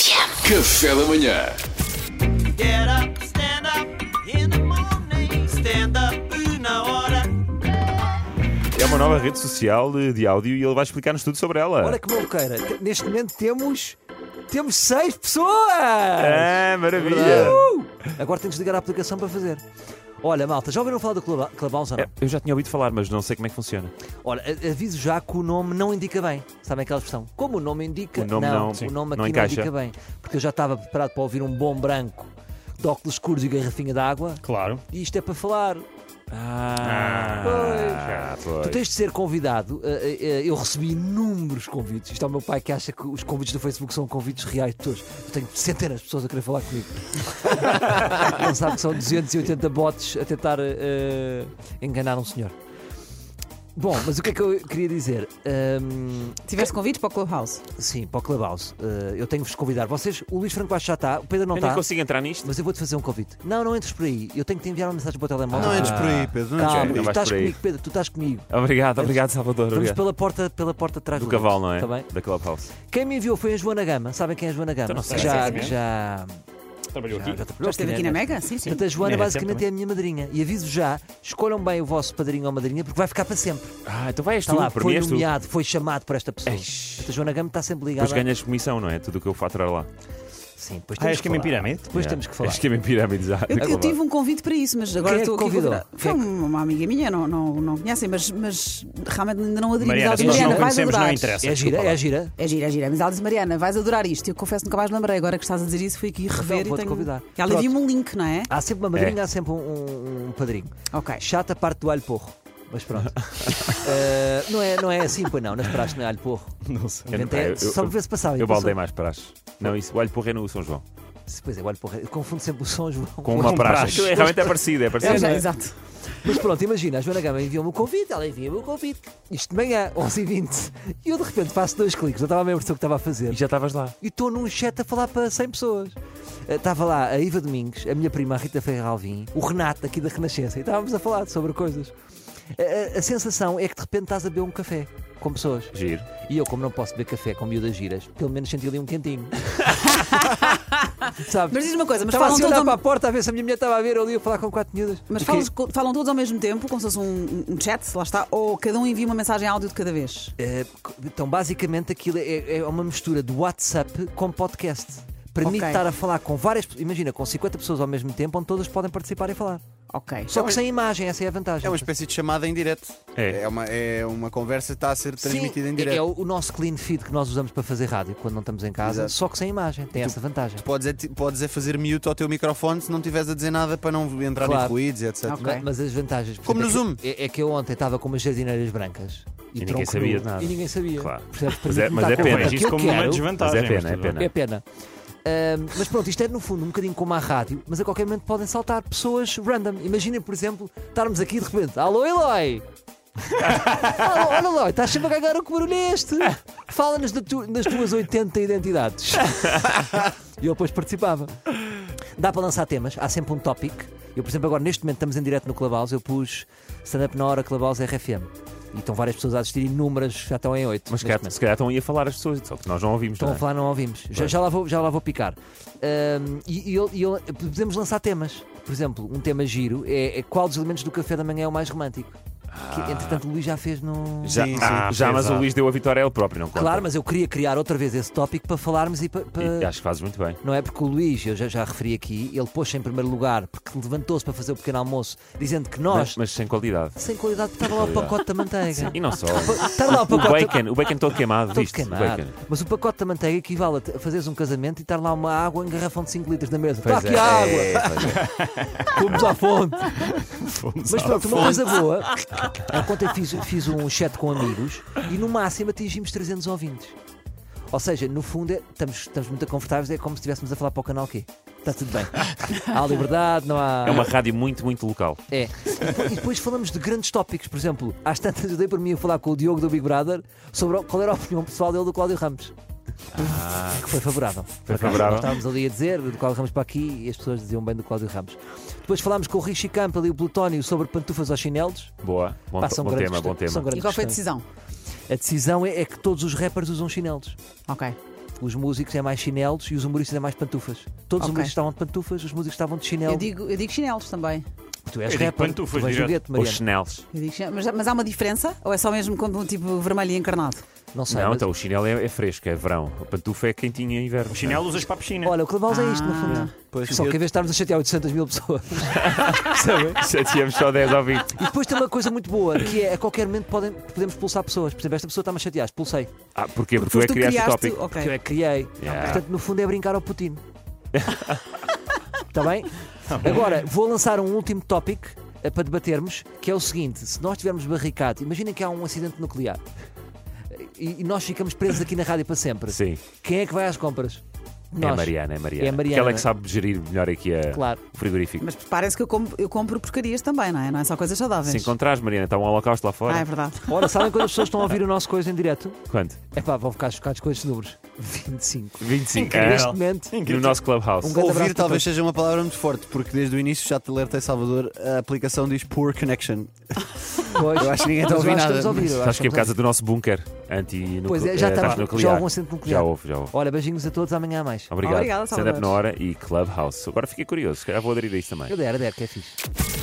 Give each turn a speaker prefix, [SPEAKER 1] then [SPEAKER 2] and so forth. [SPEAKER 1] Café da manhã.
[SPEAKER 2] Get up, stand up in the morning. Stand up na hora.
[SPEAKER 3] É uma nova rede social de, de áudio e ele vai explicar-nos tudo sobre ela.
[SPEAKER 4] Ora que maluqueira, te- neste momento temos. Temos seis pessoas!
[SPEAKER 3] Ah, maravilha!
[SPEAKER 4] Uh! Agora tenho que desligar a aplicação para fazer. Olha, malta, já ouviram falar do Club- Clubhouse ou não?
[SPEAKER 3] É, Eu já tinha ouvido falar, mas não sei como é que funciona.
[SPEAKER 4] Olha, a- aviso já que o nome não indica bem. Sabem aquela expressão? Como o nome indica,
[SPEAKER 3] O nome não,
[SPEAKER 4] não,
[SPEAKER 3] sim,
[SPEAKER 4] o nome
[SPEAKER 3] não
[SPEAKER 4] aqui não,
[SPEAKER 3] encaixa.
[SPEAKER 4] indica bem. Porque eu já estava preparado para ouvir um bom branco de óculos escuros e garrafinha de água.
[SPEAKER 5] Claro.
[SPEAKER 4] E isto é para falar.
[SPEAKER 3] Ah, pois.
[SPEAKER 4] Tu tens de ser convidado. eh, eh, eh, Eu recebi inúmeros convites. Isto é o meu pai que acha que os convites do Facebook são convites reais de todos. Eu tenho centenas de pessoas a querer falar comigo. Não sabe que são 280 bots a tentar eh, enganar um senhor. Bom, mas o que é que eu queria dizer? Ahm,
[SPEAKER 6] Tiveste convite para o Clubhouse?
[SPEAKER 4] sim, para o Clubhouse. eh, eu tenho que vos convidar. Vocês, o Luís Franco Bastos já está, o Pedro não
[SPEAKER 3] Eu nem
[SPEAKER 4] está.
[SPEAKER 3] consigo entrar nisto.
[SPEAKER 4] Mas eu vou-te fazer um convite. Não, não entres por aí. Eu tenho que te enviar uma mensagem para o telemóvel.
[SPEAKER 7] Não entres por aí, Pedro. Não entres
[SPEAKER 4] Calma,
[SPEAKER 3] Não
[SPEAKER 4] tu
[SPEAKER 3] vais
[SPEAKER 4] estás
[SPEAKER 3] por aí.
[SPEAKER 4] comigo, Pedro, tu estás comigo.
[SPEAKER 3] Obrigado, obrigado, Salvador.
[SPEAKER 4] Vamos
[SPEAKER 3] Obrigado.
[SPEAKER 4] pela porta, pela porta de trás
[SPEAKER 3] Do
[SPEAKER 4] do
[SPEAKER 3] cavalo,
[SPEAKER 4] Lux,
[SPEAKER 3] não é?
[SPEAKER 4] tá bem?
[SPEAKER 3] Da Clubhouse.
[SPEAKER 4] Quem me enviou foi a Joana Gama. Sabem quem é a Joana Gama?
[SPEAKER 3] Então não sei.
[SPEAKER 4] Que já,
[SPEAKER 6] Sim,
[SPEAKER 4] que
[SPEAKER 6] sim.
[SPEAKER 4] já,
[SPEAKER 5] Trabalhou
[SPEAKER 4] já,
[SPEAKER 5] aqui.
[SPEAKER 4] já
[SPEAKER 6] Já esteve aqui na Mega? Sim, sim.
[SPEAKER 4] Portanto, a Joana
[SPEAKER 5] Era
[SPEAKER 4] basicamente
[SPEAKER 5] sempre,
[SPEAKER 4] é a minha madrinha. E aviso já: escolham bem o vosso padrinho ou madrinha, porque vai ficar para sempre.
[SPEAKER 3] Ah, então vais
[SPEAKER 4] Está
[SPEAKER 3] tu,
[SPEAKER 4] lá,
[SPEAKER 3] por mim
[SPEAKER 4] foi
[SPEAKER 3] és tu.
[SPEAKER 4] nomeado, foi chamado por esta pessoa.
[SPEAKER 3] Eish.
[SPEAKER 4] Portanto, a Joana Gama está sempre ligada.
[SPEAKER 3] Depois ganhas comissão, não é? Tudo o que eu faturar lá. É
[SPEAKER 4] Sim, depois
[SPEAKER 5] Ah,
[SPEAKER 4] temos
[SPEAKER 5] és
[SPEAKER 4] que
[SPEAKER 5] que é
[SPEAKER 4] falar.
[SPEAKER 5] pirâmide?
[SPEAKER 4] Depois temos que falar.
[SPEAKER 3] Esquema em pirâmides. ah,
[SPEAKER 6] Eu,
[SPEAKER 3] da
[SPEAKER 6] eu
[SPEAKER 3] Clubhouse.
[SPEAKER 6] tive um convite para isso, mas agora
[SPEAKER 4] Quem é que
[SPEAKER 6] estou aqui.
[SPEAKER 4] convidou?
[SPEAKER 6] convidada. Foi
[SPEAKER 4] Quem é
[SPEAKER 6] uma amiga minha, não, não, não conhecem, mas, mas realmente ainda não aderimos.
[SPEAKER 5] Mariana,
[SPEAKER 6] Ela
[SPEAKER 5] se
[SPEAKER 6] disse,
[SPEAKER 5] nós
[SPEAKER 6] Mariana,
[SPEAKER 5] não
[SPEAKER 6] vais
[SPEAKER 5] conhecemos,
[SPEAKER 6] adorar.
[SPEAKER 5] não interessa.
[SPEAKER 4] É gira,
[SPEAKER 5] desculpa
[SPEAKER 4] é
[SPEAKER 5] lá.
[SPEAKER 4] gira.
[SPEAKER 6] É gira, é gira. Mas ela disse, Mariana, vais adorar isto. Eu confesso que nunca mais me lembrei. Agora que estás a dizer isso, fui aqui rever
[SPEAKER 4] Então, vou-te
[SPEAKER 6] e tenho...
[SPEAKER 4] convidar.
[SPEAKER 6] E Ela
[SPEAKER 4] Pronto.
[SPEAKER 6] enviou-me um link, não é?
[SPEAKER 4] Há sempre uma madrinha, há sempre um, um- um padrinho.
[SPEAKER 3] É.
[SPEAKER 6] Ok.
[SPEAKER 4] Chata a parte do alho porro. Mas pronto. Eh, não, é, não é assim, pois não. Nas praxes não é alho porro.
[SPEAKER 5] Não sei.
[SPEAKER 3] Eu não-
[SPEAKER 4] Inventei-
[SPEAKER 3] eu- eu-
[SPEAKER 4] só para ver se passava. e
[SPEAKER 3] Eu
[SPEAKER 4] passou.
[SPEAKER 3] baldei mais para as. Não, isso. O alho porra é no São João.
[SPEAKER 4] Se- Pois é, o alho porro. Eu confundo sempre o São João.
[SPEAKER 3] Com uma
[SPEAKER 5] Com
[SPEAKER 3] praxe.
[SPEAKER 5] praxe.
[SPEAKER 3] Aquilo é- Realmente é parecido, é
[SPEAKER 6] É, já,
[SPEAKER 3] parecido.
[SPEAKER 6] exato.
[SPEAKER 4] Mas pronto, imagina, a Joana Gama enviou-me o convite, ela envia-me o convite. Isto de manhã, 11h20. E eu de repente faço dois cliques, eu estava a mesma pessoa que estava a fazer.
[SPEAKER 3] E já estavas lá.
[SPEAKER 4] E estou num chat a falar para 100 pessoas. Eh, Estava lá a Iva Domingues, a minha prima a Rita Ferreira Alvim, o Renato aqui da Renascença, e estávamos a falar sobre coisas. A, a- a sensação é que de repente estás a beber um café com pessoas.
[SPEAKER 3] Giro. é
[SPEAKER 4] E eu, como não posso beber café com miúdas giras, pelo menos senti ali um quentinho. Sabes?
[SPEAKER 6] Mas diz uma coisa, mas
[SPEAKER 4] Estava
[SPEAKER 6] falam
[SPEAKER 4] assim a olhar
[SPEAKER 6] todos
[SPEAKER 4] para a
[SPEAKER 6] ao...
[SPEAKER 4] porta a ver se a minha mulher estava a ver eu ali a falar com quatro miúdas.
[SPEAKER 6] Mas
[SPEAKER 4] E que-
[SPEAKER 6] falas- falam todos ao mesmo tempo, como se fosse um, um chat, lá está, ou cada um envia uma mensagem áudio de cada vez.
[SPEAKER 4] Eh, co- então, basicamente, aquilo é, é uma mistura de WhatsApp com podcast. Permite
[SPEAKER 6] Ok.
[SPEAKER 4] estar a falar com várias pessoas, imagina, com 50 pessoas ao mesmo tempo, onde todas podem participar e falar.
[SPEAKER 6] Ok.
[SPEAKER 4] Só que sem imagem, essa é a vantagem.
[SPEAKER 7] É uma espécie de chamada em direto.
[SPEAKER 3] É.
[SPEAKER 7] uma, é uma conversa que está a ser transmitida
[SPEAKER 4] Sim,
[SPEAKER 7] em
[SPEAKER 4] É, é
[SPEAKER 7] direto.
[SPEAKER 4] o, o nosso clean feed que nós usamos para fazer rádio quando não estamos em casa,
[SPEAKER 7] Exato.
[SPEAKER 4] só que sem imagem. Tem essa vantagem.
[SPEAKER 7] Podes, é, podes é fazer mute ao teu microfone se não estiveres a dizer nada para não entrar
[SPEAKER 4] Claro. Ah,
[SPEAKER 7] em ruídos, etc.
[SPEAKER 6] Ok.
[SPEAKER 4] Ma- Mas as vantagens. por
[SPEAKER 7] Como
[SPEAKER 4] exemplo,
[SPEAKER 7] no
[SPEAKER 4] é que- É, é que eu ontem estava com umas jardineiras brancas e,
[SPEAKER 3] E ninguém
[SPEAKER 4] tronco
[SPEAKER 3] sabia
[SPEAKER 4] nu,
[SPEAKER 3] de nada.
[SPEAKER 4] E ninguém sabia.
[SPEAKER 3] Claro. Mas é-
[SPEAKER 4] Percebes? Permite-me
[SPEAKER 3] mas
[SPEAKER 4] dar
[SPEAKER 3] é
[SPEAKER 4] conta
[SPEAKER 3] pena.
[SPEAKER 4] que
[SPEAKER 5] Mas isso
[SPEAKER 4] eu
[SPEAKER 5] como uma
[SPEAKER 4] quero.
[SPEAKER 5] desvantagem.
[SPEAKER 3] Mas é pena,
[SPEAKER 5] tudo
[SPEAKER 3] é
[SPEAKER 5] bem.
[SPEAKER 3] pena.
[SPEAKER 4] É pena. Ahm, mas pronto, isto é no fundo um bocadinho como a rádio, mas a qualquer momento podem saltar pessoas random. Imaginem, por exemplo, estarmos aqui e de repente, alô Eloy! alô, olha Eloy, estás sempre a cagar o que barulho é este? Fala-nos da tu- das tuas 80 identidades. e eu depois participava. Dá para lançar temas, há sempre um tópico. Eu, por exemplo, agora neste momento estamos em direto no Clubhouse, eu pus stand-up na hora Clubhouse RFM. E estão várias pessoas a assistir, inúmeras, já estão em 8.
[SPEAKER 3] Mas se calhar, se calhar estão aí a falar as pessoas, só que nós não ouvimos.
[SPEAKER 4] Estão
[SPEAKER 3] não
[SPEAKER 4] a
[SPEAKER 3] é?
[SPEAKER 4] falar, não ouvimos. Já, já, lá, vou, já lá vou picar. Ahm, e, e eu- e eu- podemos lançar temas. Por exemplo, um tema giro é, é qual dos elementos do café da manhã é o mais romântico. Que, entretanto, o Luís já fez no.
[SPEAKER 3] Ah. Já,
[SPEAKER 7] Sim, sim.
[SPEAKER 3] Ah, já mas o
[SPEAKER 5] pesado.
[SPEAKER 3] Luís deu a vitória a ele próprio, não conta.
[SPEAKER 4] Claro, mas eu queria criar outra vez esse tópico para falarmos e para.
[SPEAKER 3] E acho que fazes muito bem.
[SPEAKER 4] Não é porque o Luís, eu já, já referi aqui, ele pôs-se em primeiro lugar porque levantou-se para fazer o pequeno almoço, dizendo que nós,
[SPEAKER 3] Mas, mas sem qualidade.
[SPEAKER 4] sem qualidade, estava lá o pacote da manteiga.
[SPEAKER 3] E não só.
[SPEAKER 4] Estava lá o
[SPEAKER 3] O
[SPEAKER 4] pacote da-
[SPEAKER 3] bacon, o bacon todo queimado,
[SPEAKER 4] Todo
[SPEAKER 3] viste? O
[SPEAKER 4] queimado.
[SPEAKER 3] bacon.
[SPEAKER 4] Mas o pacote da manteiga equivale a te- a fazeres um casamento e estar lá uma água em garrafão de 5 litros na mesa. Está
[SPEAKER 3] Pois
[SPEAKER 4] aqui
[SPEAKER 3] é.
[SPEAKER 4] a água!
[SPEAKER 3] É, pois é.
[SPEAKER 4] Fomos à fonte. Mas pronto, uma coisa boa. Eu ontem fiz, fiz um chat com amigos e no máximo atingimos 300 ouvintes. Ou seja, no fundo, é- estamos, estamos muito confortáveis, é como se estivéssemos a falar para o canal Q. Está tudo bem. Há liberdade, não há.
[SPEAKER 3] É uma rádio muito, muito local.
[SPEAKER 4] É. E depois, e depois falamos de grandes tópicos. Por exemplo, às tantas eu dei por mim a falar com o Diogo do Big Brother sobre qual era a opinião pessoal dele do Cláudio Ramos. Que foi favorável. Por acaso,
[SPEAKER 3] Ah. favorável.
[SPEAKER 4] Nós estávamos ali a dizer do Cláudio Ramos para aqui e as pessoas diziam bem do Cláudio Ramos. Depois falámos com o Richie Campbell e o Plutónio sobre pantufas aos chinelos.
[SPEAKER 3] Boa. Bom,
[SPEAKER 4] Pá, são
[SPEAKER 3] bom
[SPEAKER 4] grandes
[SPEAKER 3] tema, bom
[SPEAKER 4] questões-
[SPEAKER 3] tema.
[SPEAKER 4] são grandes
[SPEAKER 6] E qual foi a
[SPEAKER 4] questões.
[SPEAKER 6] decisão?
[SPEAKER 4] A decisão é, é que todos os rappers usam chinelos.
[SPEAKER 6] Ok.
[SPEAKER 4] Os músicos é mais chinelos e os humoristas é mais pantufas. Todos
[SPEAKER 6] Ok.
[SPEAKER 4] os humoristas estavam de pantufas, os músicos estavam de chinelo.
[SPEAKER 6] Eu digo, eu digo chinelos também.
[SPEAKER 4] tu és
[SPEAKER 1] eu digo
[SPEAKER 4] rapper, tu
[SPEAKER 1] pantufas
[SPEAKER 4] vais
[SPEAKER 1] direto.
[SPEAKER 4] joguete,
[SPEAKER 3] Os
[SPEAKER 4] Mariana.
[SPEAKER 3] chinelos.
[SPEAKER 6] Eu digo chinelo. Mas, mas há uma diferença? Ou é só mesmo quando um tipo vermelho e encarnado?
[SPEAKER 4] Não sei.
[SPEAKER 3] Não,
[SPEAKER 4] mas-
[SPEAKER 3] então o chinelo é, é fresco, é verão. A pantufa é quentinha em inverno.
[SPEAKER 1] O chinelo usas para a piscina.
[SPEAKER 4] Olha, o que levamos é isto, no fundo.
[SPEAKER 7] Pois,
[SPEAKER 4] Só que um
[SPEAKER 7] eu-
[SPEAKER 4] em vez de estarmos a chatear 800 mil pessoas.
[SPEAKER 3] Chateamos só 10 ao 20.
[SPEAKER 4] E depois tem uma coisa muito boa, que é a qualquer momento podem, podemos expulsar pessoas. Por exemplo, esta pessoa está-me a chatear, expulsei.
[SPEAKER 3] Ah, porquê? Porque, tu é
[SPEAKER 6] Foste
[SPEAKER 3] que
[SPEAKER 6] tu
[SPEAKER 3] criaste o
[SPEAKER 6] criaste.
[SPEAKER 3] tópico.
[SPEAKER 6] ok.
[SPEAKER 4] Que eu é que criei.
[SPEAKER 3] Yeah.
[SPEAKER 4] Portanto, no fundo é brincar ao Putin. Está Tá bem? Agora, vou lançar um último tópico eh, para debatermos, que é o seguinte: se nós tivermos barricado, imaginem que há um acidente nuclear eh, e, e nós ficamos presos aqui na rádio para sempre.
[SPEAKER 3] Sim,
[SPEAKER 4] Quem é que vai às compras?
[SPEAKER 3] é
[SPEAKER 4] Nós.
[SPEAKER 3] Mariana, é Mariana.
[SPEAKER 4] É Mariana,
[SPEAKER 3] Porque ela é
[SPEAKER 4] não é?
[SPEAKER 3] que sabe gerir melhor aqui a...
[SPEAKER 4] Claro.
[SPEAKER 3] o frigorífico.
[SPEAKER 6] Mas parece que eu compro, eu compro porcarias também, não é? Não é só coisas saudáveis.
[SPEAKER 3] Se encontrares, Mariana, está um holocausto lá fora.
[SPEAKER 6] Ah, é verdade.
[SPEAKER 4] Ora, sabem quando as pessoas estão a ouvir o nosso coisa em direto?
[SPEAKER 3] Quanto?
[SPEAKER 4] É pá, vão ficar chocados com estes números: 25.
[SPEAKER 3] 25.
[SPEAKER 4] Neste
[SPEAKER 3] Ah,
[SPEAKER 4] momento,
[SPEAKER 3] no nosso clubhouse.
[SPEAKER 4] Um grande abraço
[SPEAKER 7] Ouvir
[SPEAKER 4] para
[SPEAKER 7] talvez
[SPEAKER 4] todos.
[SPEAKER 7] seja uma palavra muito forte, porque desde o início já te alertei, Salvador, a aplicação diz Poor Connection.
[SPEAKER 4] Pois.
[SPEAKER 7] Eu acho que ninguém está a
[SPEAKER 4] Mas eu
[SPEAKER 7] ouvir
[SPEAKER 4] acho que
[SPEAKER 7] nada.
[SPEAKER 4] estamos a ouvir, eu
[SPEAKER 3] Sabes
[SPEAKER 4] acho
[SPEAKER 3] que é por
[SPEAKER 4] estamos a
[SPEAKER 3] causa do nosso bunker anti
[SPEAKER 4] um Pois é, já está- já houve um acidente nuclear.
[SPEAKER 3] Já houve, já houve.
[SPEAKER 4] Olha, beijinhos a todos, amanhã há mais.
[SPEAKER 3] Obrigado.
[SPEAKER 6] Obrigada,
[SPEAKER 3] Stand up
[SPEAKER 6] Salvador.
[SPEAKER 3] na hora e Clubhouse. Agora fiquei curioso, se calhar vou aderir a isso também.
[SPEAKER 4] Eu der, eu der, que é fixe.